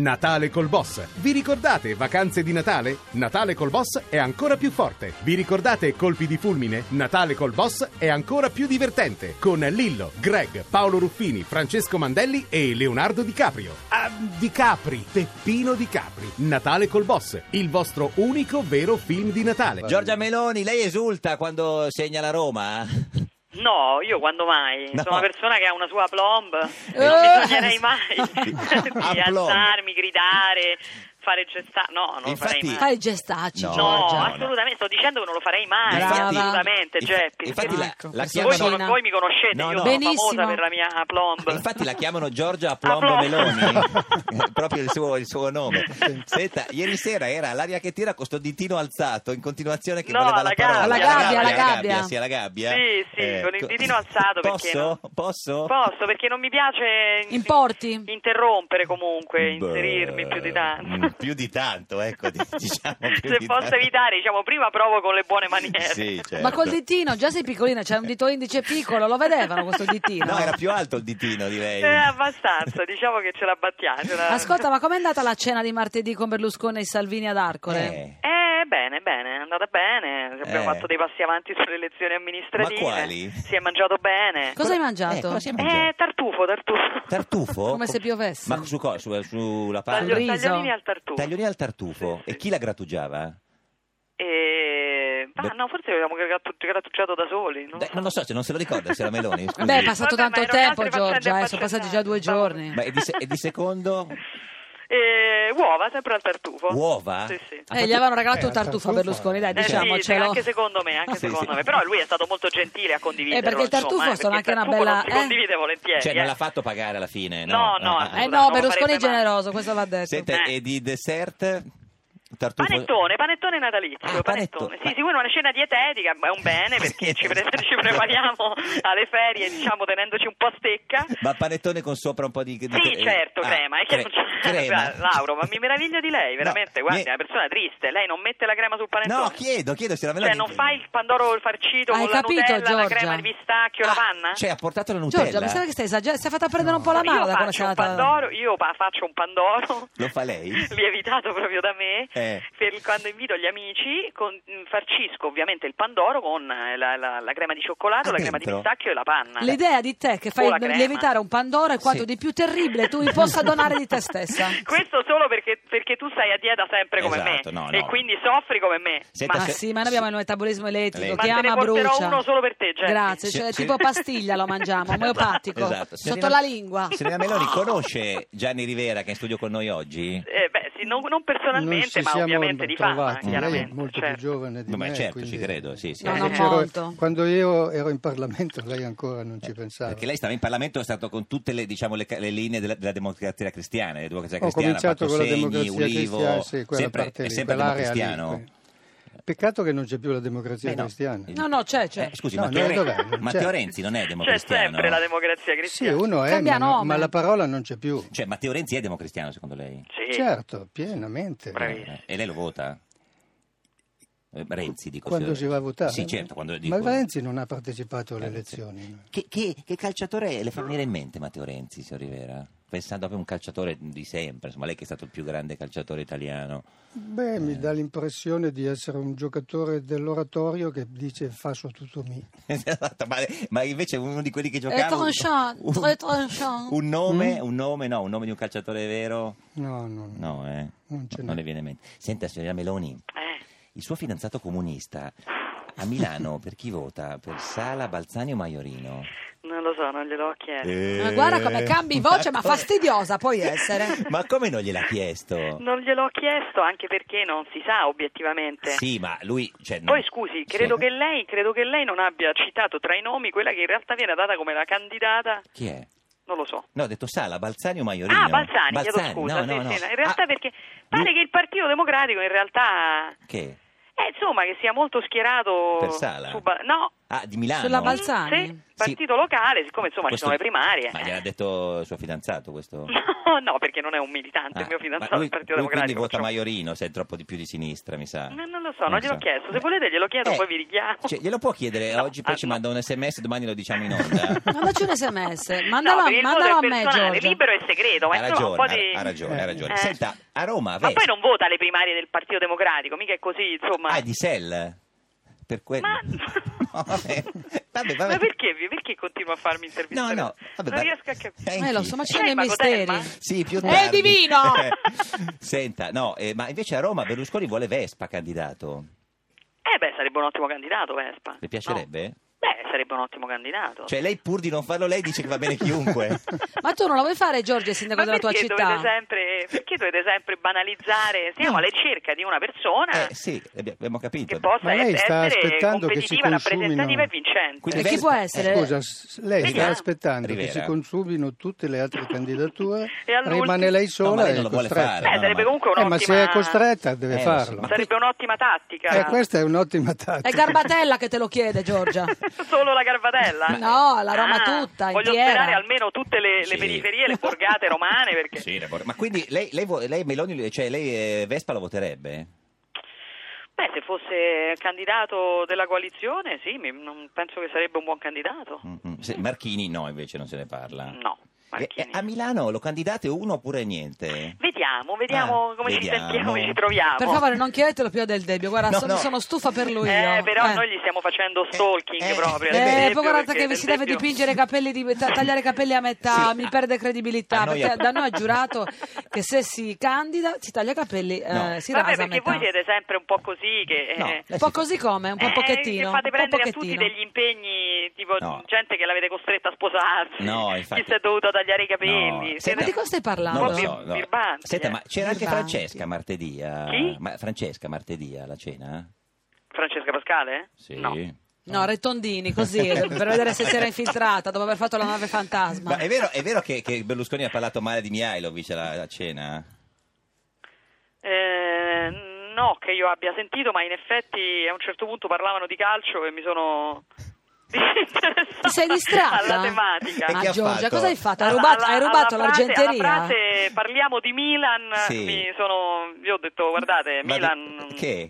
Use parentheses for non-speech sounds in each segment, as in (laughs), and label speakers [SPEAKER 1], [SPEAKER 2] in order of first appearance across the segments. [SPEAKER 1] Natale col boss. Vi ricordate vacanze di Natale? Natale col boss è ancora più forte. Vi ricordate colpi di fulmine? Natale col boss è ancora più divertente. Con Lillo, Greg, Paolo Ruffini, Francesco Mandelli e Leonardo Di Caprio. Ah, Di Capri, Peppino Di Capri. Natale col boss, il vostro unico vero film di Natale.
[SPEAKER 2] Giorgia Meloni, lei esulta quando segna la Roma?
[SPEAKER 3] Ah, No, io quando mai?
[SPEAKER 2] No.
[SPEAKER 3] Sono una persona che ha una sua plomb,
[SPEAKER 4] Eh.
[SPEAKER 3] non bisognerei mai
[SPEAKER 2] (laughs)
[SPEAKER 3] di
[SPEAKER 2] Aplomb.
[SPEAKER 3] alzarmi, gridare, fare gesta... No, non lo farei
[SPEAKER 2] Infatti-
[SPEAKER 3] mai.
[SPEAKER 4] Fai gestacci,
[SPEAKER 2] No,
[SPEAKER 3] No,
[SPEAKER 4] Giorgia.
[SPEAKER 2] no,
[SPEAKER 3] assolutamente, sto dicendo che non lo farei mai,
[SPEAKER 4] Brava.
[SPEAKER 3] assolutamente,
[SPEAKER 2] Inf-
[SPEAKER 3] Geppi.
[SPEAKER 2] Infatti la,
[SPEAKER 4] Ecco,
[SPEAKER 2] la
[SPEAKER 4] questa
[SPEAKER 3] voi,
[SPEAKER 2] chiamano,
[SPEAKER 3] cono- voi mi conoscete,
[SPEAKER 2] No,
[SPEAKER 3] io
[SPEAKER 2] no.
[SPEAKER 3] sono
[SPEAKER 4] Benissimo.
[SPEAKER 3] famosa per la mia plomb.
[SPEAKER 2] infatti la chiamano Giorgia Plombo
[SPEAKER 3] Aplomb.
[SPEAKER 2] Meloni,
[SPEAKER 3] (laughs)
[SPEAKER 2] È proprio il suo, il suo nome. Senta, ieri sera era all'aria che tira con sto ditino alzato in continuazione che
[SPEAKER 3] No,
[SPEAKER 2] voleva la
[SPEAKER 3] alla
[SPEAKER 2] parola.
[SPEAKER 3] gabbia.
[SPEAKER 4] Alla gabbia, alla gabbia.
[SPEAKER 2] sì, alla gabbia.
[SPEAKER 3] Sì, sì, con il
[SPEAKER 2] eh. co-
[SPEAKER 3] ditino alzato
[SPEAKER 2] Posso?
[SPEAKER 3] perché non-
[SPEAKER 2] Posso?
[SPEAKER 3] Posso, perché non mi piace in-
[SPEAKER 4] Importi?
[SPEAKER 3] interrompere comunque,
[SPEAKER 2] Beh,
[SPEAKER 3] inserirmi più di
[SPEAKER 2] mm,
[SPEAKER 3] tanto.
[SPEAKER 2] Più di tanto, ecco, di- (laughs) diciamo più
[SPEAKER 3] Se
[SPEAKER 2] di
[SPEAKER 3] posso
[SPEAKER 2] tanto.
[SPEAKER 3] evitare, diciamo, prima provo con le buone maniere.
[SPEAKER 2] Sì, certo.
[SPEAKER 4] Ma col ditino, già sei piccolina, c'è un dito indice piccolo, lo vedevano questo ditino?
[SPEAKER 2] (laughs) No, era più alto il ditino di lei. (laughs)
[SPEAKER 3] Eh, abbastanza, diciamo che ce la battiamo. ce la-
[SPEAKER 4] Ascolta, ma com'è andata la cena di martedì con Berlusconi e Salvini ad Arcore?
[SPEAKER 2] Eh,
[SPEAKER 3] Eh, bene, bene, è andata bene. Abbiamo
[SPEAKER 2] Eh.
[SPEAKER 3] fatto dei passi avanti sulle elezioni amministrative.
[SPEAKER 2] Ma quali?
[SPEAKER 3] Si è mangiato bene.
[SPEAKER 4] Cosa hai
[SPEAKER 2] eh,
[SPEAKER 4] mangiato?
[SPEAKER 2] cosa si è mangiato?
[SPEAKER 3] Eh, tartufo, tartufo.
[SPEAKER 2] Tartufo?
[SPEAKER 4] Come se piovesse.
[SPEAKER 2] Ma su cosa? Su- sulla
[SPEAKER 3] Taglio-
[SPEAKER 2] palla?
[SPEAKER 4] riso.
[SPEAKER 3] tagliolini al tartufo.
[SPEAKER 2] Tagliolini al tartufo.
[SPEAKER 3] Sì, sì.
[SPEAKER 2] E chi la grattugiava?
[SPEAKER 3] Eh, ma
[SPEAKER 2] Beh.
[SPEAKER 3] no, forse l'abbiamo grattu- grattugiato da soli. Non
[SPEAKER 2] Beh, non lo so, se non se lo ricorda, se la Meloni. scusi.
[SPEAKER 4] Vabbè, è passato
[SPEAKER 3] Vabbè, ma
[SPEAKER 4] tanto
[SPEAKER 3] erano
[SPEAKER 4] tempo,
[SPEAKER 3] altre
[SPEAKER 4] Giorgia,
[SPEAKER 3] faccende
[SPEAKER 4] eh, sono passati già due
[SPEAKER 3] abbastanza-
[SPEAKER 4] giorni.
[SPEAKER 2] Ma e di, se- e di
[SPEAKER 3] (laughs)
[SPEAKER 2] secondo?
[SPEAKER 3] Eh, uova, sempre al tartufo.
[SPEAKER 2] Uova?
[SPEAKER 3] Sì, sì.
[SPEAKER 2] Ha
[SPEAKER 4] Eh, gli
[SPEAKER 2] fatto-
[SPEAKER 4] avevano regalato
[SPEAKER 5] Eh,
[SPEAKER 4] un tartufo a
[SPEAKER 5] tartufo.
[SPEAKER 4] Berlusconi, dai,
[SPEAKER 3] Eh, sì, sì,
[SPEAKER 4] diciamocelo.
[SPEAKER 3] anche secondo me,
[SPEAKER 2] Diciamo,
[SPEAKER 3] anche
[SPEAKER 2] Ah, sì,
[SPEAKER 3] secondo
[SPEAKER 2] sì.
[SPEAKER 3] me. Però lui è stato molto gentile a condividerlo.
[SPEAKER 4] Eh, perché il tartufo
[SPEAKER 3] insomma, eh,
[SPEAKER 4] sono
[SPEAKER 3] perché il
[SPEAKER 4] anche una
[SPEAKER 3] tartufo
[SPEAKER 4] bella-
[SPEAKER 3] Non si
[SPEAKER 4] eh?
[SPEAKER 3] condivide volentieri.
[SPEAKER 2] Cioè,
[SPEAKER 3] eh.
[SPEAKER 2] non l'ha fatto pagare alla fine,
[SPEAKER 3] No,
[SPEAKER 2] no?
[SPEAKER 3] no,
[SPEAKER 2] Ah, ah, ah.
[SPEAKER 4] Eh
[SPEAKER 3] assolutamente.
[SPEAKER 4] no,
[SPEAKER 3] Non
[SPEAKER 4] Berlusconi è
[SPEAKER 3] farebbe mai.
[SPEAKER 4] generoso, questo va detto.
[SPEAKER 2] Senta,
[SPEAKER 3] Eh.
[SPEAKER 2] e di dessert? Tartufo?
[SPEAKER 3] Panettone, panettone natalizio,
[SPEAKER 2] Ah, panettone.
[SPEAKER 3] panettone. Sì, sicuro una cena dietetica, ma è un bene perché ci, pre-
[SPEAKER 2] (laughs)
[SPEAKER 3] ci prepariamo alle ferie, diciamo, tenendoci un po' a stecca.
[SPEAKER 2] Ma panettone con sopra un po' di... di
[SPEAKER 3] Sì,
[SPEAKER 2] eh,
[SPEAKER 3] certo,
[SPEAKER 2] ah,
[SPEAKER 3] crema. È che
[SPEAKER 2] cre-
[SPEAKER 3] non (laughs) c'è-
[SPEAKER 2] crema.
[SPEAKER 3] Guarda, Lauro, ma mi meraviglio di lei, veramente.
[SPEAKER 2] No, mi-
[SPEAKER 3] guarda, è una persona triste. Lei non mette la crema sul panettone.
[SPEAKER 2] No, chiedo, chiedo se la Meloni...
[SPEAKER 3] Cioè, non fa il pandoro farcito
[SPEAKER 4] Hai
[SPEAKER 3] con la
[SPEAKER 4] capito,
[SPEAKER 3] Nutella, la
[SPEAKER 4] Giorgia?
[SPEAKER 3] crema di pistacchio,
[SPEAKER 2] Ah,
[SPEAKER 3] la panna?
[SPEAKER 2] Cioè, ha portato la Nutella.
[SPEAKER 4] Giorgia, mi sembra che stai esagerando, stai fatta prendere un po' la
[SPEAKER 3] io
[SPEAKER 4] mano da quella
[SPEAKER 3] faccio un
[SPEAKER 4] serata.
[SPEAKER 3] pandoro, io pa- faccio un pandoro.
[SPEAKER 2] Lo fa lei?
[SPEAKER 3] (laughs) Lievitato proprio da me.
[SPEAKER 2] Eh.
[SPEAKER 3] per quando invito gli amici, con- mh, farcisco ovviamente il pandoro con eh, la, la- la crema di cioccolato,
[SPEAKER 2] Ah,
[SPEAKER 3] la crema di
[SPEAKER 2] dentro?
[SPEAKER 3] pistacchio e la panna.
[SPEAKER 4] L'idea di te che fai
[SPEAKER 3] O la crema.
[SPEAKER 4] lievitare un pandoro è quanto
[SPEAKER 2] Sì.
[SPEAKER 4] di più terribile tu mi possa donare di te
[SPEAKER 2] (laughs)
[SPEAKER 4] stessa.
[SPEAKER 3] (laughs) Questo solo perché, perché tu stai a dieta sempre come
[SPEAKER 2] Esatto,
[SPEAKER 3] me
[SPEAKER 2] no, no.
[SPEAKER 3] e quindi soffri come me.
[SPEAKER 2] Senta,
[SPEAKER 4] Ma
[SPEAKER 3] Ma
[SPEAKER 2] se-
[SPEAKER 4] sì, ma noi abbiamo il metabolismo elettrico
[SPEAKER 2] Ma
[SPEAKER 4] che
[SPEAKER 3] te ne
[SPEAKER 4] ama
[SPEAKER 3] porterò
[SPEAKER 4] brucia.
[SPEAKER 3] uno solo per te, Geppi.
[SPEAKER 4] Grazie,
[SPEAKER 2] Sì,
[SPEAKER 4] cioè
[SPEAKER 2] sì.
[SPEAKER 4] tipo pastiglia
[SPEAKER 2] (laughs)
[SPEAKER 4] lo mangiamo, omeopatico,
[SPEAKER 2] Esatto.
[SPEAKER 4] sotto
[SPEAKER 2] Signorina-
[SPEAKER 4] la lingua.
[SPEAKER 2] Signorina Meloni conosce Gianni Rivera che è in studio con noi oggi?
[SPEAKER 3] eh, beh, sì, non, non
[SPEAKER 5] non
[SPEAKER 3] personalmente,
[SPEAKER 5] ci
[SPEAKER 3] ma
[SPEAKER 5] siamo
[SPEAKER 3] ovviamente di fama,
[SPEAKER 5] trovati. Lei è
[SPEAKER 3] chiaramente.
[SPEAKER 5] Eh, molto
[SPEAKER 3] certo.
[SPEAKER 5] più giovane di
[SPEAKER 2] No, ma
[SPEAKER 5] me.
[SPEAKER 2] certo,
[SPEAKER 5] quindi-
[SPEAKER 2] ci credo, sì, sì.
[SPEAKER 4] No,
[SPEAKER 5] Eh,
[SPEAKER 4] no,
[SPEAKER 5] c'ero-
[SPEAKER 4] molto.
[SPEAKER 5] Quando io ero in Parlamento lei ancora non ci pensava.
[SPEAKER 2] Eh, Perché lei stava in Parlamento, è stato con tutte le, diciamo, le, ca- le linee della, della democrazia cristiana. della democrazia
[SPEAKER 5] Ho
[SPEAKER 2] cristiana,
[SPEAKER 5] cominciato con la
[SPEAKER 2] Battosegni,
[SPEAKER 5] democrazia
[SPEAKER 2] Ulivo,
[SPEAKER 5] cristiana, sì, quella
[SPEAKER 2] sempre,
[SPEAKER 5] parte
[SPEAKER 2] è
[SPEAKER 5] lì,
[SPEAKER 2] sempre
[SPEAKER 5] quell'area lì,
[SPEAKER 2] democristiano.
[SPEAKER 5] quella. Peccato che non c'è più la democrazia
[SPEAKER 2] Beh, Eh, no.
[SPEAKER 5] cristiana.
[SPEAKER 4] Eh, No, no, c'è, c'è.
[SPEAKER 2] Eh, scusi,
[SPEAKER 5] No,
[SPEAKER 2] Matteo,
[SPEAKER 5] no,
[SPEAKER 2] Re-
[SPEAKER 5] dov'è? Non
[SPEAKER 2] Matteo
[SPEAKER 5] c'è.
[SPEAKER 2] Renzi non è
[SPEAKER 3] C'è
[SPEAKER 2] democristiano.
[SPEAKER 3] sempre la democrazia
[SPEAKER 5] Sì,
[SPEAKER 3] cristiana.
[SPEAKER 5] uno è,
[SPEAKER 4] Cambia
[SPEAKER 5] ma, no-
[SPEAKER 4] nome.
[SPEAKER 5] ma la parola non c'è più.
[SPEAKER 2] Cioè, Matteo Renzi è democristiano, secondo lei?
[SPEAKER 3] Sì.
[SPEAKER 5] Certo, pienamente.
[SPEAKER 3] Bravi.
[SPEAKER 2] Eh, E lei lo vota? Eh, Renzi, dico.
[SPEAKER 5] Quando
[SPEAKER 2] signor-
[SPEAKER 5] si va a votare.
[SPEAKER 2] Sì, certo. Quando,
[SPEAKER 5] Ma
[SPEAKER 2] dico- Eh,
[SPEAKER 5] Renzi non ha partecipato alle elezioni. no?
[SPEAKER 2] Che, che- che calciatore è? le fa venire in mente Matteo Renzi, signor Rivera? Pensando proprio a un calciatore di sempre, insomma, lei che è stato il più grande calciatore italiano. (laughs)
[SPEAKER 5] Beh, mi dà l'impressione di essere un giocatore dell'oratorio che dice fa su tutto mi.
[SPEAKER 2] Esatto, ma, ma invece uno di quelli che
[SPEAKER 4] È
[SPEAKER 2] giocava
[SPEAKER 4] Eh, tranchant,
[SPEAKER 2] un,
[SPEAKER 4] très tranchant.
[SPEAKER 2] un nome,
[SPEAKER 5] Mm?
[SPEAKER 2] un nome, no, un nome di un calciatore vero?
[SPEAKER 5] No, no, no.
[SPEAKER 2] No, eh.
[SPEAKER 5] Non ce n'è.
[SPEAKER 2] le viene in mente. Senta, signorina Meloni,
[SPEAKER 3] Eh.
[SPEAKER 2] il suo fidanzato comunista a Milano per chi vota? Per Sala, Balzani o Maiorino?
[SPEAKER 3] Non lo so, non glielo ho chiesto.
[SPEAKER 2] Eh.
[SPEAKER 4] Ma guarda come cambi
[SPEAKER 2] (laughs)
[SPEAKER 4] voce, ma
[SPEAKER 2] come-
[SPEAKER 4] fastidiosa puoi essere.
[SPEAKER 2] Ma come non gliel'ha chiesto?
[SPEAKER 3] Non glielo ho chiesto anche perché non si sa obiettivamente.
[SPEAKER 2] Sì, ma lui... Cioè, non-
[SPEAKER 3] Poi scusi, credo,
[SPEAKER 2] Sì.
[SPEAKER 3] che lei, credo che lei non abbia citato tra i nomi quella che in realtà viene data come la candidata,
[SPEAKER 2] Chi è?
[SPEAKER 3] non lo so.
[SPEAKER 2] No, ho detto Sala, Balzani o Maiorino?
[SPEAKER 3] Ah, Balzani, chiedo scusa.
[SPEAKER 2] no, no,
[SPEAKER 3] sì,
[SPEAKER 2] no.
[SPEAKER 3] sì, in realtà
[SPEAKER 2] Ah,
[SPEAKER 3] perché pare
[SPEAKER 2] lui-
[SPEAKER 3] che il Partito Democratico in realtà
[SPEAKER 2] Che?
[SPEAKER 3] eh, insomma che sia molto schierato
[SPEAKER 2] Per Sala?
[SPEAKER 3] su Ba- no,
[SPEAKER 2] Ah, di Milano?
[SPEAKER 4] Sulla Balsa- Balzani?
[SPEAKER 3] Sì, partito locale, siccome insomma
[SPEAKER 2] Questo-
[SPEAKER 3] ci sono le primarie. eh.
[SPEAKER 2] Ma gliel'ha detto il suo fidanzato questo?
[SPEAKER 3] (laughs) No, no, perché non è un militante,
[SPEAKER 2] Ah,
[SPEAKER 3] il mio
[SPEAKER 2] ma
[SPEAKER 3] fidanzato
[SPEAKER 2] lui,
[SPEAKER 3] del Partito
[SPEAKER 2] lui quindi
[SPEAKER 3] Democratico.
[SPEAKER 2] vota
[SPEAKER 3] perciò-
[SPEAKER 2] Maiorino, se è troppo di più di sinistra, mi sa.
[SPEAKER 3] No, non lo so, non gliel'ho chiesto. Se volete glielo chiedo, poi vi richiamo.
[SPEAKER 2] Cioè, glielo può chiedere
[SPEAKER 3] No,
[SPEAKER 2] oggi, poi
[SPEAKER 3] ah,
[SPEAKER 2] ci
[SPEAKER 3] no.
[SPEAKER 2] manda un sms, domani lo diciamo in
[SPEAKER 4] (laughs)
[SPEAKER 2] onda.
[SPEAKER 4] Mandaci un sms,
[SPEAKER 3] no,
[SPEAKER 4] mandalo,
[SPEAKER 3] per il voto
[SPEAKER 4] mandalo
[SPEAKER 3] è
[SPEAKER 4] a me
[SPEAKER 3] personale,
[SPEAKER 4] Giorgio.
[SPEAKER 3] libero e segreto, ma
[SPEAKER 2] ha
[SPEAKER 3] insomma un po'
[SPEAKER 2] ragione,
[SPEAKER 3] di...
[SPEAKER 2] ha, ha ragione, ha ragione.
[SPEAKER 3] Eh.
[SPEAKER 2] Senta, a Roma,
[SPEAKER 3] Ma
[SPEAKER 2] Ves-
[SPEAKER 3] poi non vota alle primarie del Partito Democratico, mica è così, insomma.
[SPEAKER 2] Ah, è di Sell? Per quello.
[SPEAKER 3] Ma-
[SPEAKER 2] (laughs) No, vabbè, vabbè, vabbè.
[SPEAKER 3] Ma perché, perché continua a farmi
[SPEAKER 2] No,
[SPEAKER 3] intervistare?
[SPEAKER 2] no, vabbè,
[SPEAKER 3] non
[SPEAKER 2] va-
[SPEAKER 3] riesco a capire.
[SPEAKER 2] Anch'io.
[SPEAKER 4] Eh, lo so, ma ci sono
[SPEAKER 3] Sei
[SPEAKER 4] dei misteri.
[SPEAKER 3] Pacotelma?
[SPEAKER 2] Sì, più
[SPEAKER 4] È
[SPEAKER 2] tardi.
[SPEAKER 4] divino!
[SPEAKER 2] (laughs) Senta, no, eh, ma invece a Roma Berlusconi vuole Vespa candidato.
[SPEAKER 3] Eh beh, sarebbe un ottimo candidato Vespa.
[SPEAKER 2] Le piacerebbe?
[SPEAKER 3] No? Beh, sarebbe un ottimo candidato.
[SPEAKER 2] Cioè, lei pur di non farlo, lei dice che va bene
[SPEAKER 3] (laughs)
[SPEAKER 2] chiunque.
[SPEAKER 4] Ma tu non lo vuoi fare Giorgio, il sindaco
[SPEAKER 3] ma
[SPEAKER 4] della tua
[SPEAKER 3] perché
[SPEAKER 4] città?
[SPEAKER 3] dovete sempre, perché dovete sempre banalizzare? Siamo
[SPEAKER 2] No.
[SPEAKER 3] alla ricerca di una persona
[SPEAKER 2] eh, esatto. sì, abbi- abbiamo capito.
[SPEAKER 3] Ah. che possa
[SPEAKER 5] Ma lei
[SPEAKER 3] es-
[SPEAKER 5] sta
[SPEAKER 3] essere
[SPEAKER 5] aspettando che si
[SPEAKER 3] competitiva,
[SPEAKER 5] consumino-
[SPEAKER 3] rappresentativa e vincente.
[SPEAKER 2] Quindi
[SPEAKER 4] E chi
[SPEAKER 2] Vespa-
[SPEAKER 4] può essere?
[SPEAKER 5] Scusa, s- lei sta
[SPEAKER 3] Vediamo.
[SPEAKER 5] aspettando
[SPEAKER 2] Rivera.
[SPEAKER 5] che si consumino tutte
[SPEAKER 2] (laughs)
[SPEAKER 5] le altre candidature,
[SPEAKER 3] E all'ultimo-
[SPEAKER 5] rimane lei
[SPEAKER 2] No, ma
[SPEAKER 5] sola
[SPEAKER 2] lei
[SPEAKER 5] e
[SPEAKER 2] non
[SPEAKER 5] è
[SPEAKER 2] lo vuole
[SPEAKER 5] costretta.
[SPEAKER 2] fare.
[SPEAKER 3] Beh,
[SPEAKER 2] no,
[SPEAKER 3] sarebbe
[SPEAKER 2] ma-
[SPEAKER 3] comunque
[SPEAKER 5] Eh, ma se
[SPEAKER 3] un'ottima-
[SPEAKER 5] è costretta deve
[SPEAKER 2] Eh, lo so,
[SPEAKER 5] farlo.
[SPEAKER 2] ma-
[SPEAKER 3] Sarebbe un'ottima tattica.
[SPEAKER 5] Eh, questa è un'ottima tattica.
[SPEAKER 4] È Garbatella che te lo
[SPEAKER 3] (laughs)
[SPEAKER 4] chiede, Giorgia.
[SPEAKER 3] Solo la Garbatella? Ah,
[SPEAKER 4] Ma- No, la Roma tutta,
[SPEAKER 3] Voglio
[SPEAKER 4] intera.
[SPEAKER 3] sperare almeno tutte le, le
[SPEAKER 2] Sì.
[SPEAKER 3] periferie, le borgate romane,
[SPEAKER 2] (laughs)
[SPEAKER 3] perché...
[SPEAKER 2] Sì, la vor- ma quindi lei, lei, vo- lei Meloni, cioè lei eh, Vespa lo voterebbe?
[SPEAKER 3] Beh, se fosse candidato della coalizione, sì, mi- non penso che sarebbe un buon candidato.
[SPEAKER 2] Mm, mm. Se- Marchini no, invece non se ne parla.
[SPEAKER 3] No, Marchini.
[SPEAKER 2] Mm. Eh, eh, a Milano lo candidate uno oppure niente?
[SPEAKER 3] Vediamo, vediamo
[SPEAKER 2] Ah,
[SPEAKER 3] come
[SPEAKER 2] vediamo.
[SPEAKER 3] ci sentiamo, come ci troviamo.
[SPEAKER 4] Per favore, non chiedetelo più a Del Debbio. Guarda,
[SPEAKER 2] No,
[SPEAKER 4] sono,
[SPEAKER 2] no.
[SPEAKER 4] sono stufa per lui.
[SPEAKER 3] eh,
[SPEAKER 4] io.
[SPEAKER 3] però
[SPEAKER 4] Eh.
[SPEAKER 3] noi gli stiamo facendo stalking
[SPEAKER 2] Eh,
[SPEAKER 3] proprio.
[SPEAKER 2] eh,
[SPEAKER 3] ad
[SPEAKER 4] Eh,
[SPEAKER 3] esempio,
[SPEAKER 4] poi guardate
[SPEAKER 3] perché
[SPEAKER 4] che vi si
[SPEAKER 3] ad
[SPEAKER 4] deve
[SPEAKER 3] esempio-
[SPEAKER 4] dipingere i capelli, di metà, tagliare i capelli a metà,
[SPEAKER 2] Sì,
[SPEAKER 4] mi
[SPEAKER 2] a-
[SPEAKER 4] perde credibilità.
[SPEAKER 2] a noi
[SPEAKER 4] perché
[SPEAKER 2] a-
[SPEAKER 4] da noi ha giurato che se si candida si taglia i capelli, eh,
[SPEAKER 2] No.
[SPEAKER 4] si
[SPEAKER 3] Vabbè,
[SPEAKER 4] rasa a
[SPEAKER 3] perché
[SPEAKER 4] metà.
[SPEAKER 3] voi siete sempre un po' così che...
[SPEAKER 2] No,
[SPEAKER 3] eh,
[SPEAKER 4] Un po' così come, un po'
[SPEAKER 3] eh,
[SPEAKER 4] pochettino.
[SPEAKER 3] che fate
[SPEAKER 4] un po'
[SPEAKER 3] prendere a tutti
[SPEAKER 4] pochettino.
[SPEAKER 3] degli impegni, tipo
[SPEAKER 2] No.
[SPEAKER 3] gente che l'avete costretta a sposarsi,
[SPEAKER 2] No, infatti.
[SPEAKER 3] chi si è eh, dovuto tagliare i capelli.
[SPEAKER 2] No.
[SPEAKER 3] Siete-
[SPEAKER 4] Eh, Ma di cosa stai parlando?
[SPEAKER 2] Non lo so,
[SPEAKER 3] Proprio
[SPEAKER 2] no.
[SPEAKER 3] birbanti,
[SPEAKER 2] Senta,
[SPEAKER 3] eh.
[SPEAKER 2] ma c'era anche
[SPEAKER 4] Birbanti.
[SPEAKER 2] Francesca martedì. a-
[SPEAKER 3] Chi?
[SPEAKER 2] Ma Francesca martedì alla cena?
[SPEAKER 3] Francesca Pascale?
[SPEAKER 2] Sì.
[SPEAKER 3] No.
[SPEAKER 4] No, Rettondini, così, per vedere se si era infiltrata dopo aver fatto la nave fantasma.
[SPEAKER 2] Ma è vero, è vero che, che Berlusconi ha parlato male di Mihailovic alla, alla cena?
[SPEAKER 3] Eh, no, che io abbia sentito, ma in effetti a un certo punto parlavano di calcio e mi sono. (laughs)
[SPEAKER 4] Ti sei distratta?
[SPEAKER 3] alla tematica.
[SPEAKER 2] E
[SPEAKER 4] Ma
[SPEAKER 2] chi ha
[SPEAKER 4] Giorgia,
[SPEAKER 2] fatto?
[SPEAKER 4] cosa hai fatto? Hai
[SPEAKER 3] Alla-
[SPEAKER 4] rubato,
[SPEAKER 3] alla-
[SPEAKER 4] hai rubato
[SPEAKER 3] alla frase-
[SPEAKER 4] l'argenteria?
[SPEAKER 3] alla frase parliamo di Milan,
[SPEAKER 2] Sì.
[SPEAKER 3] mi sono, io ho detto guardate
[SPEAKER 2] Ma di-
[SPEAKER 3] Eh, Milan...
[SPEAKER 2] Che?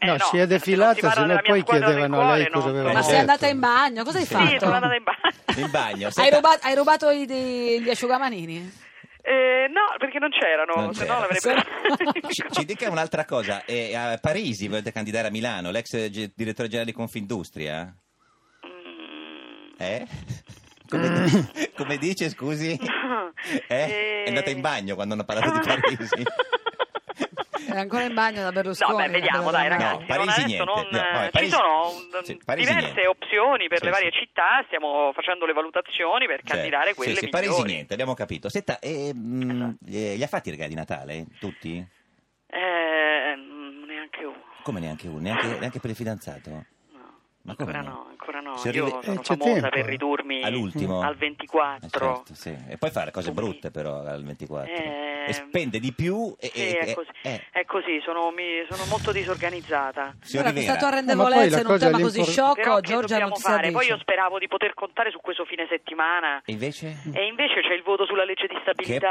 [SPEAKER 3] Eh,
[SPEAKER 5] No, si è defilata,
[SPEAKER 3] se non si parla
[SPEAKER 5] sennò
[SPEAKER 3] della mia
[SPEAKER 5] poi
[SPEAKER 3] squadra del
[SPEAKER 5] chiedevano a
[SPEAKER 3] cuore,
[SPEAKER 5] lei cosa
[SPEAKER 3] no.
[SPEAKER 5] aveva
[SPEAKER 4] Ma
[SPEAKER 2] Eh,
[SPEAKER 4] sei
[SPEAKER 2] certo.
[SPEAKER 4] andata in bagno, cosa hai
[SPEAKER 2] Sì,
[SPEAKER 4] fatto?
[SPEAKER 3] Sì, sono andata in
[SPEAKER 2] (laughs)
[SPEAKER 3] bagno.
[SPEAKER 2] In bagno.
[SPEAKER 4] (laughs) Hai
[SPEAKER 2] senta-
[SPEAKER 4] rubato, hai rubato i- dei- gli asciugamanini?
[SPEAKER 3] Eh, no, perché non c'erano,
[SPEAKER 2] Non
[SPEAKER 3] se no
[SPEAKER 2] c'era.
[SPEAKER 3] (laughs) l'avrebbe...
[SPEAKER 2] (laughs) Ci, ci dica un'altra cosa, eh, a Parisi volete candidare a Milano, l'ex ge- direttore generale di Confindustria? Eh? Come,
[SPEAKER 4] Mm.
[SPEAKER 2] di- come dice, scusi? Eh?
[SPEAKER 3] Eh.
[SPEAKER 2] È andata in bagno quando hanno parlato di Parisi.
[SPEAKER 4] È ancora in bagno da Berlusconi.
[SPEAKER 3] (laughs) No, beh, vediamo, dai,
[SPEAKER 4] quella donna.
[SPEAKER 3] ragazzi.
[SPEAKER 2] No, Parisi niente.
[SPEAKER 3] non adesso non-
[SPEAKER 2] No, vabbè,
[SPEAKER 3] Ci
[SPEAKER 2] Parisi-
[SPEAKER 3] sono un-
[SPEAKER 2] sì, Parisi
[SPEAKER 3] diverse
[SPEAKER 2] niente.
[SPEAKER 3] opzioni per
[SPEAKER 2] Sì,
[SPEAKER 3] le varie
[SPEAKER 2] sì.
[SPEAKER 3] città, stiamo facendo le valutazioni per
[SPEAKER 2] Cioè,
[SPEAKER 3] candidare quelle
[SPEAKER 2] sì, sì,
[SPEAKER 3] migliori. Esatto.
[SPEAKER 2] Parisi niente, abbiamo capito. Senta, eh, mm, eh, gli ha fatti i regali di Natale? Tutti?
[SPEAKER 3] Eh, mm, neanche uno.
[SPEAKER 2] Come neanche uno? Neanche, neanche per il fidanzato?
[SPEAKER 3] No,
[SPEAKER 2] Ma come
[SPEAKER 3] ancora
[SPEAKER 2] no?
[SPEAKER 3] no, ancora no.
[SPEAKER 2] Se
[SPEAKER 3] Io
[SPEAKER 2] arrivi-
[SPEAKER 3] sono
[SPEAKER 5] Eh, c'è
[SPEAKER 3] famosa
[SPEAKER 5] tempo,
[SPEAKER 3] per
[SPEAKER 5] eh.
[SPEAKER 3] ridurmi
[SPEAKER 2] All'ultimo?
[SPEAKER 3] al
[SPEAKER 2] Eh,
[SPEAKER 3] 24.
[SPEAKER 2] certo, sì. E poi fa le cose brutte però al 24.
[SPEAKER 3] Eh,
[SPEAKER 2] E spende di più e...
[SPEAKER 3] Sì,
[SPEAKER 2] e-
[SPEAKER 3] è
[SPEAKER 2] e-
[SPEAKER 3] così,
[SPEAKER 2] eh,
[SPEAKER 3] è così, sono, mi- sono molto disorganizzata.
[SPEAKER 2] signor
[SPEAKER 4] Guarda, questa
[SPEAKER 2] Rivera,
[SPEAKER 4] tua
[SPEAKER 5] Ma Eh, poi
[SPEAKER 4] rendevolezza
[SPEAKER 5] la
[SPEAKER 4] in un
[SPEAKER 5] cosa
[SPEAKER 4] tema
[SPEAKER 5] è
[SPEAKER 4] così
[SPEAKER 5] l'impor-
[SPEAKER 4] sciocco,
[SPEAKER 3] Però che
[SPEAKER 4] Giorgia
[SPEAKER 3] dobbiamo
[SPEAKER 4] non si
[SPEAKER 3] fare? Poi io
[SPEAKER 4] addice.
[SPEAKER 3] speravo di poter contare su questo fine settimana.
[SPEAKER 2] e invece...
[SPEAKER 3] E invece c'è il voto sulla legge di stabilità.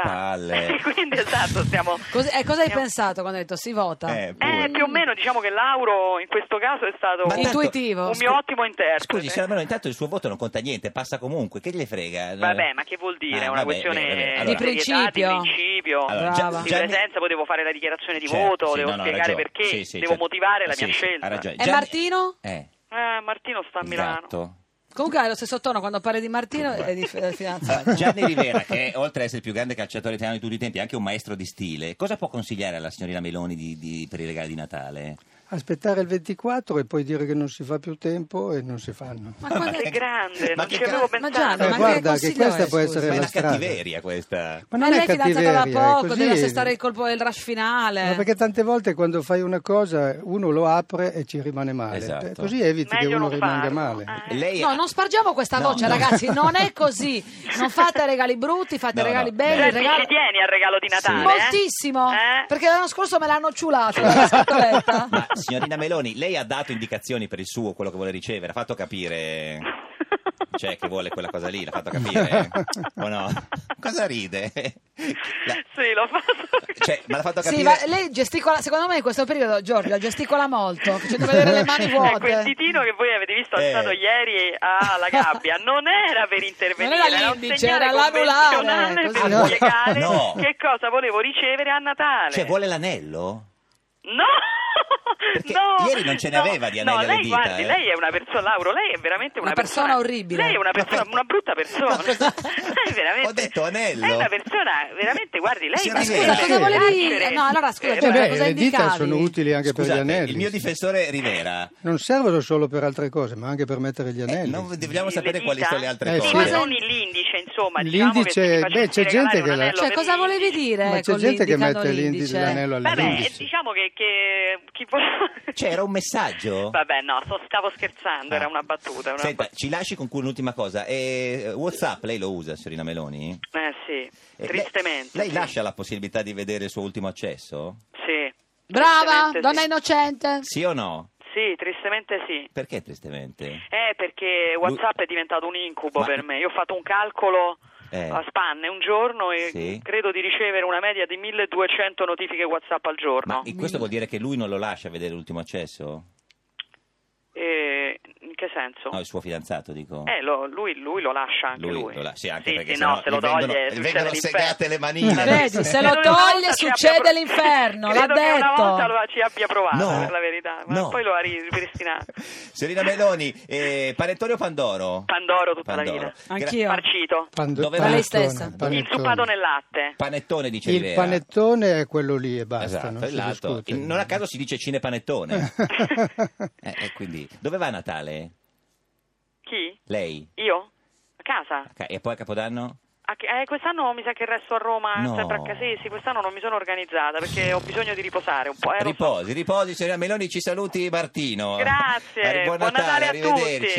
[SPEAKER 2] Che
[SPEAKER 3] (laughs)
[SPEAKER 2] palle.
[SPEAKER 3] Quindi esatto, stiamo...
[SPEAKER 4] (laughs) Così- e cosa hai
[SPEAKER 3] stiamo-
[SPEAKER 4] pensato quando hai detto si vota?
[SPEAKER 2] Eh, pure.
[SPEAKER 3] Eh, più o meno diciamo che Lauro in questo caso è stato
[SPEAKER 2] Ma tanto-
[SPEAKER 4] Intuitivo.
[SPEAKER 3] un mio
[SPEAKER 2] scu-
[SPEAKER 3] ottimo interprete.
[SPEAKER 2] Scusi, signora Meloni, intanto il suo voto non conta niente, passa comunque, che gliene frega?
[SPEAKER 3] Vabbè, ma che vuol dire?
[SPEAKER 2] Ah,
[SPEAKER 3] È una
[SPEAKER 2] vabbè,
[SPEAKER 3] questione
[SPEAKER 2] vabbè, vabbè.
[SPEAKER 4] Di
[SPEAKER 3] di serietà, di
[SPEAKER 4] principio.
[SPEAKER 3] principio.
[SPEAKER 2] Allora,
[SPEAKER 4] Gia-
[SPEAKER 3] di
[SPEAKER 2] Gianni-
[SPEAKER 3] presenza, poi devo fare la dichiarazione di
[SPEAKER 2] Certo,
[SPEAKER 3] voto,
[SPEAKER 2] sì,
[SPEAKER 3] devo
[SPEAKER 2] no, no, ha
[SPEAKER 3] spiegare
[SPEAKER 2] ragione.
[SPEAKER 3] perché,
[SPEAKER 2] Sì, sì,
[SPEAKER 3] devo
[SPEAKER 2] certo.
[SPEAKER 3] motivare la
[SPEAKER 2] Sì,
[SPEAKER 3] mia
[SPEAKER 2] sì,
[SPEAKER 3] scelta.
[SPEAKER 2] ha ragione.
[SPEAKER 4] E
[SPEAKER 2] Gianni-
[SPEAKER 4] Martino?
[SPEAKER 2] Eh,
[SPEAKER 3] Eh, Martino sta a Milano.
[SPEAKER 2] esatto.
[SPEAKER 4] Comunque hai lo stesso tono quando parli di Martino e di eh, fidanzato.
[SPEAKER 5] Ah,
[SPEAKER 2] Allora, Gianni Rivera, che è, oltre ad essere il più grande calciatore italiano di tutti i tempi, è anche un maestro di stile, cosa può consigliare alla signorina Meloni di- di- per i regali di Natale?
[SPEAKER 5] Aspettare il 24 e poi dire che non si fa più tempo e non si fanno.
[SPEAKER 4] Ma quando
[SPEAKER 3] Che grande,
[SPEAKER 2] Eh, Ma
[SPEAKER 3] non
[SPEAKER 2] che
[SPEAKER 3] ci avevo
[SPEAKER 2] ca-
[SPEAKER 4] Ma
[SPEAKER 3] pensato.
[SPEAKER 4] Gianni,
[SPEAKER 5] Eh,
[SPEAKER 4] ma che
[SPEAKER 5] guarda, che
[SPEAKER 4] consiglio
[SPEAKER 5] questa
[SPEAKER 4] è,
[SPEAKER 5] può
[SPEAKER 4] scusi?
[SPEAKER 5] essere
[SPEAKER 2] Ma è
[SPEAKER 5] Eh, la
[SPEAKER 2] una
[SPEAKER 5] strada.
[SPEAKER 2] cattiveria questa.
[SPEAKER 5] Ma
[SPEAKER 4] Ma
[SPEAKER 5] non è
[SPEAKER 4] lei è fidanzata da
[SPEAKER 5] cattiveria, è
[SPEAKER 4] poco,
[SPEAKER 5] così.
[SPEAKER 4] deve assestare il colpo del rush finale.
[SPEAKER 3] Eh.
[SPEAKER 5] Ma perché tante volte quando fai una cosa uno lo apre e ci rimane male.
[SPEAKER 2] Esatto.
[SPEAKER 5] Eh, Così eviti
[SPEAKER 3] Meglio
[SPEAKER 5] che uno
[SPEAKER 3] non
[SPEAKER 5] rimanga
[SPEAKER 3] farlo.
[SPEAKER 5] male.
[SPEAKER 3] Eh.
[SPEAKER 2] Lei
[SPEAKER 4] No,
[SPEAKER 2] ha-
[SPEAKER 4] non non spargiamo questa
[SPEAKER 2] No,
[SPEAKER 4] voce,
[SPEAKER 2] no.
[SPEAKER 4] ragazzi, non è così.
[SPEAKER 5] (laughs)
[SPEAKER 4] Non fate regali brutti, fate
[SPEAKER 2] No,
[SPEAKER 4] regali
[SPEAKER 2] no.
[SPEAKER 4] belli.
[SPEAKER 3] Senti,
[SPEAKER 4] regalo-
[SPEAKER 3] ci tieni al regalo di Natale? eh?
[SPEAKER 4] Moltissimo,
[SPEAKER 3] Eh?
[SPEAKER 4] perché l'anno scorso me l'hanno
[SPEAKER 5] (laughs)
[SPEAKER 4] ciulato dalla scatoletta.
[SPEAKER 2] Ma signorina Meloni, lei ha dato indicazioni per il suo, quello che vuole ricevere, ha fatto capire, (laughs) cioè che vuole quella cosa lì, l'ha fatto capire eh? o no? Cosa ride? La-
[SPEAKER 3] (laughs) Sì, l'ho fatto.
[SPEAKER 2] cioè, ma l'ha fatto capire?
[SPEAKER 4] Sì, va- lei gesticola, secondo me in questo periodo Giorgia gesticola molto, facendo vedere
[SPEAKER 2] (laughs)
[SPEAKER 3] (laughs)
[SPEAKER 4] le mani
[SPEAKER 3] E Cioè, quel
[SPEAKER 4] vuote.
[SPEAKER 3] ditino che voi avete visto
[SPEAKER 2] Eh.
[SPEAKER 3] alzato ieri alla gabbia
[SPEAKER 4] (laughs)
[SPEAKER 3] non era per intervenire,
[SPEAKER 4] Non era
[SPEAKER 3] era un
[SPEAKER 4] l'indice,
[SPEAKER 3] segnale
[SPEAKER 4] era l'anulare,
[SPEAKER 3] convenzionale
[SPEAKER 4] così,
[SPEAKER 3] per
[SPEAKER 2] Ah, no?
[SPEAKER 3] spiegare
[SPEAKER 2] No.
[SPEAKER 3] che cosa volevo ricevere a Natale.
[SPEAKER 2] Cioè, vuole l'anello?
[SPEAKER 3] No!
[SPEAKER 2] Perché
[SPEAKER 3] no,
[SPEAKER 2] ieri non ce ne
[SPEAKER 3] no,
[SPEAKER 2] aveva di
[SPEAKER 3] No,
[SPEAKER 2] anelli alle
[SPEAKER 3] lei
[SPEAKER 2] dita,
[SPEAKER 3] guardi,
[SPEAKER 2] eh.
[SPEAKER 3] lei è una persona, Lauro, lei è veramente una,
[SPEAKER 4] Una persona orribile.
[SPEAKER 3] Lei è una persona,
[SPEAKER 2] Ma-
[SPEAKER 3] una brutta
[SPEAKER 2] Ma
[SPEAKER 3] persona.
[SPEAKER 2] cosa-
[SPEAKER 3] (laughs) Lei veramente
[SPEAKER 2] Ho detto anello.
[SPEAKER 3] È una persona veramente, guardi, lei
[SPEAKER 2] Signora
[SPEAKER 3] è
[SPEAKER 2] Rivera,
[SPEAKER 4] Scusa, cosa
[SPEAKER 2] sì.
[SPEAKER 4] volevi
[SPEAKER 3] carcere.
[SPEAKER 4] dire? No, allora scusa,
[SPEAKER 3] Eh,
[SPEAKER 5] Eh
[SPEAKER 4] Giorgia,
[SPEAKER 5] beh,
[SPEAKER 4] cosa
[SPEAKER 5] le dita
[SPEAKER 4] indicavi?
[SPEAKER 5] sono utili anche
[SPEAKER 2] Scusate,
[SPEAKER 5] per gli anelli.
[SPEAKER 2] il mio difensore Rivera,
[SPEAKER 5] Non servono solo per altre cose, ma anche per mettere gli
[SPEAKER 2] eh,
[SPEAKER 5] anelli.
[SPEAKER 2] non vogliamo
[SPEAKER 3] Le
[SPEAKER 2] sapere
[SPEAKER 3] dita?
[SPEAKER 2] quali sono le altre
[SPEAKER 3] Sì,
[SPEAKER 5] Eh,
[SPEAKER 2] cose.
[SPEAKER 3] ma
[SPEAKER 4] Cosa-
[SPEAKER 3] non il- l'indice, insomma, diciamo che se
[SPEAKER 5] L'indice-
[SPEAKER 3] ti facessi
[SPEAKER 5] beh, c'è
[SPEAKER 3] regalare
[SPEAKER 5] gente
[SPEAKER 3] un
[SPEAKER 5] che la-
[SPEAKER 3] anello
[SPEAKER 4] Cioè,
[SPEAKER 3] per
[SPEAKER 4] cosa volevi
[SPEAKER 3] l'indice-
[SPEAKER 4] dire
[SPEAKER 5] ma c'è
[SPEAKER 4] con
[SPEAKER 5] gente che
[SPEAKER 4] l'indicando
[SPEAKER 5] mette l'indice, l'anello
[SPEAKER 3] Vabbè,
[SPEAKER 5] all'indice.
[SPEAKER 3] diciamo che, che chi
[SPEAKER 2] (laughs)
[SPEAKER 3] vuole-
[SPEAKER 2] Cioè, era un messaggio?
[SPEAKER 3] Vabbè, no, sto- stavo scherzando, era una battuta. Una
[SPEAKER 2] Ah. Senta, ci lasci con un'ultima cosa. Eh, Whatsapp, lei lo usa, signorina Meloni?
[SPEAKER 3] bat- eh sì,
[SPEAKER 2] Eh,
[SPEAKER 3] tristemente.
[SPEAKER 2] Lei, lei
[SPEAKER 3] sì.
[SPEAKER 2] lascia la possibilità di vedere il suo ultimo accesso?
[SPEAKER 3] Sì.
[SPEAKER 4] Brava,
[SPEAKER 3] Tristemente
[SPEAKER 4] donna
[SPEAKER 3] sì.
[SPEAKER 4] innocente.
[SPEAKER 2] Sì o no?
[SPEAKER 3] Sì, tristemente sì.
[SPEAKER 2] Perché tristemente?
[SPEAKER 3] Eh, perché WhatsApp è diventato un incubo
[SPEAKER 2] Ma-
[SPEAKER 3] per me. Io ho fatto un calcolo
[SPEAKER 2] Eh.
[SPEAKER 3] a spanne un giorno e
[SPEAKER 2] Sì.
[SPEAKER 3] credo di ricevere una media di 1200 notifiche WhatsApp al
[SPEAKER 2] Ma
[SPEAKER 3] giorno.
[SPEAKER 2] e questo vuol dire che lui non lo lascia vedere l'ultimo accesso?
[SPEAKER 3] Eh, in che senso?
[SPEAKER 2] No, il suo fidanzato, dico.
[SPEAKER 3] Eh, lo- lui, lui lo lascia anche lui.
[SPEAKER 2] lo lascia, sì, anche
[SPEAKER 3] Sì,
[SPEAKER 2] perché
[SPEAKER 3] sì,
[SPEAKER 2] sennò
[SPEAKER 3] no, se
[SPEAKER 2] gli
[SPEAKER 3] lo
[SPEAKER 2] vengono,
[SPEAKER 3] toglie
[SPEAKER 2] gli
[SPEAKER 3] succede
[SPEAKER 2] vengono
[SPEAKER 3] l'inferno.
[SPEAKER 2] segate
[SPEAKER 3] (laughs)
[SPEAKER 2] le manine.
[SPEAKER 4] Vedi, se lo
[SPEAKER 3] Credo che una
[SPEAKER 4] toglie
[SPEAKER 3] volta ci abbia
[SPEAKER 4] succede
[SPEAKER 3] prov-
[SPEAKER 4] l'inferno, l'ha
[SPEAKER 3] Credo che una volta
[SPEAKER 4] detto.
[SPEAKER 3] lo- ci abbia provato,
[SPEAKER 2] No.
[SPEAKER 3] per la verità, ma
[SPEAKER 2] No.
[SPEAKER 3] poi lo ha ri- ripristinato.
[SPEAKER 2] (laughs) Serena Meloni, eh, Panettone o Pandoro?
[SPEAKER 3] Pandoro tutta
[SPEAKER 2] Pandoro.
[SPEAKER 3] la vita.
[SPEAKER 2] Gra-
[SPEAKER 4] Anch'io.
[SPEAKER 3] Marcito.
[SPEAKER 5] Pando-
[SPEAKER 2] Dove va?
[SPEAKER 4] Lei stessa.
[SPEAKER 3] Inzuppato nel latte.
[SPEAKER 2] Panettone dice
[SPEAKER 5] Il
[SPEAKER 2] Rivera.
[SPEAKER 5] panettone è quello lì e basta.
[SPEAKER 2] Esatto,
[SPEAKER 5] non si
[SPEAKER 2] esatto.
[SPEAKER 5] discute.
[SPEAKER 2] Non a
[SPEAKER 5] (laughs)
[SPEAKER 2] caso (laughs) si dice cine panettone. eh, eh, quindi, dove va Natale?
[SPEAKER 3] Chi?
[SPEAKER 2] Lei?
[SPEAKER 3] Io? A casa?
[SPEAKER 2] A ca- E poi a Capodanno?
[SPEAKER 3] A che- eh, quest'anno mi sa che resto a Roma,
[SPEAKER 2] No.
[SPEAKER 3] sempre a Casesi, quest'anno non mi sono organizzata perché ho bisogno di riposare un po'. Ero
[SPEAKER 2] Riposi, riposi, signorina Meloni, ci saluti Martino.
[SPEAKER 3] Grazie,
[SPEAKER 2] (laughs) Arri-
[SPEAKER 3] buon Natale a tutti.
[SPEAKER 2] arrivederci.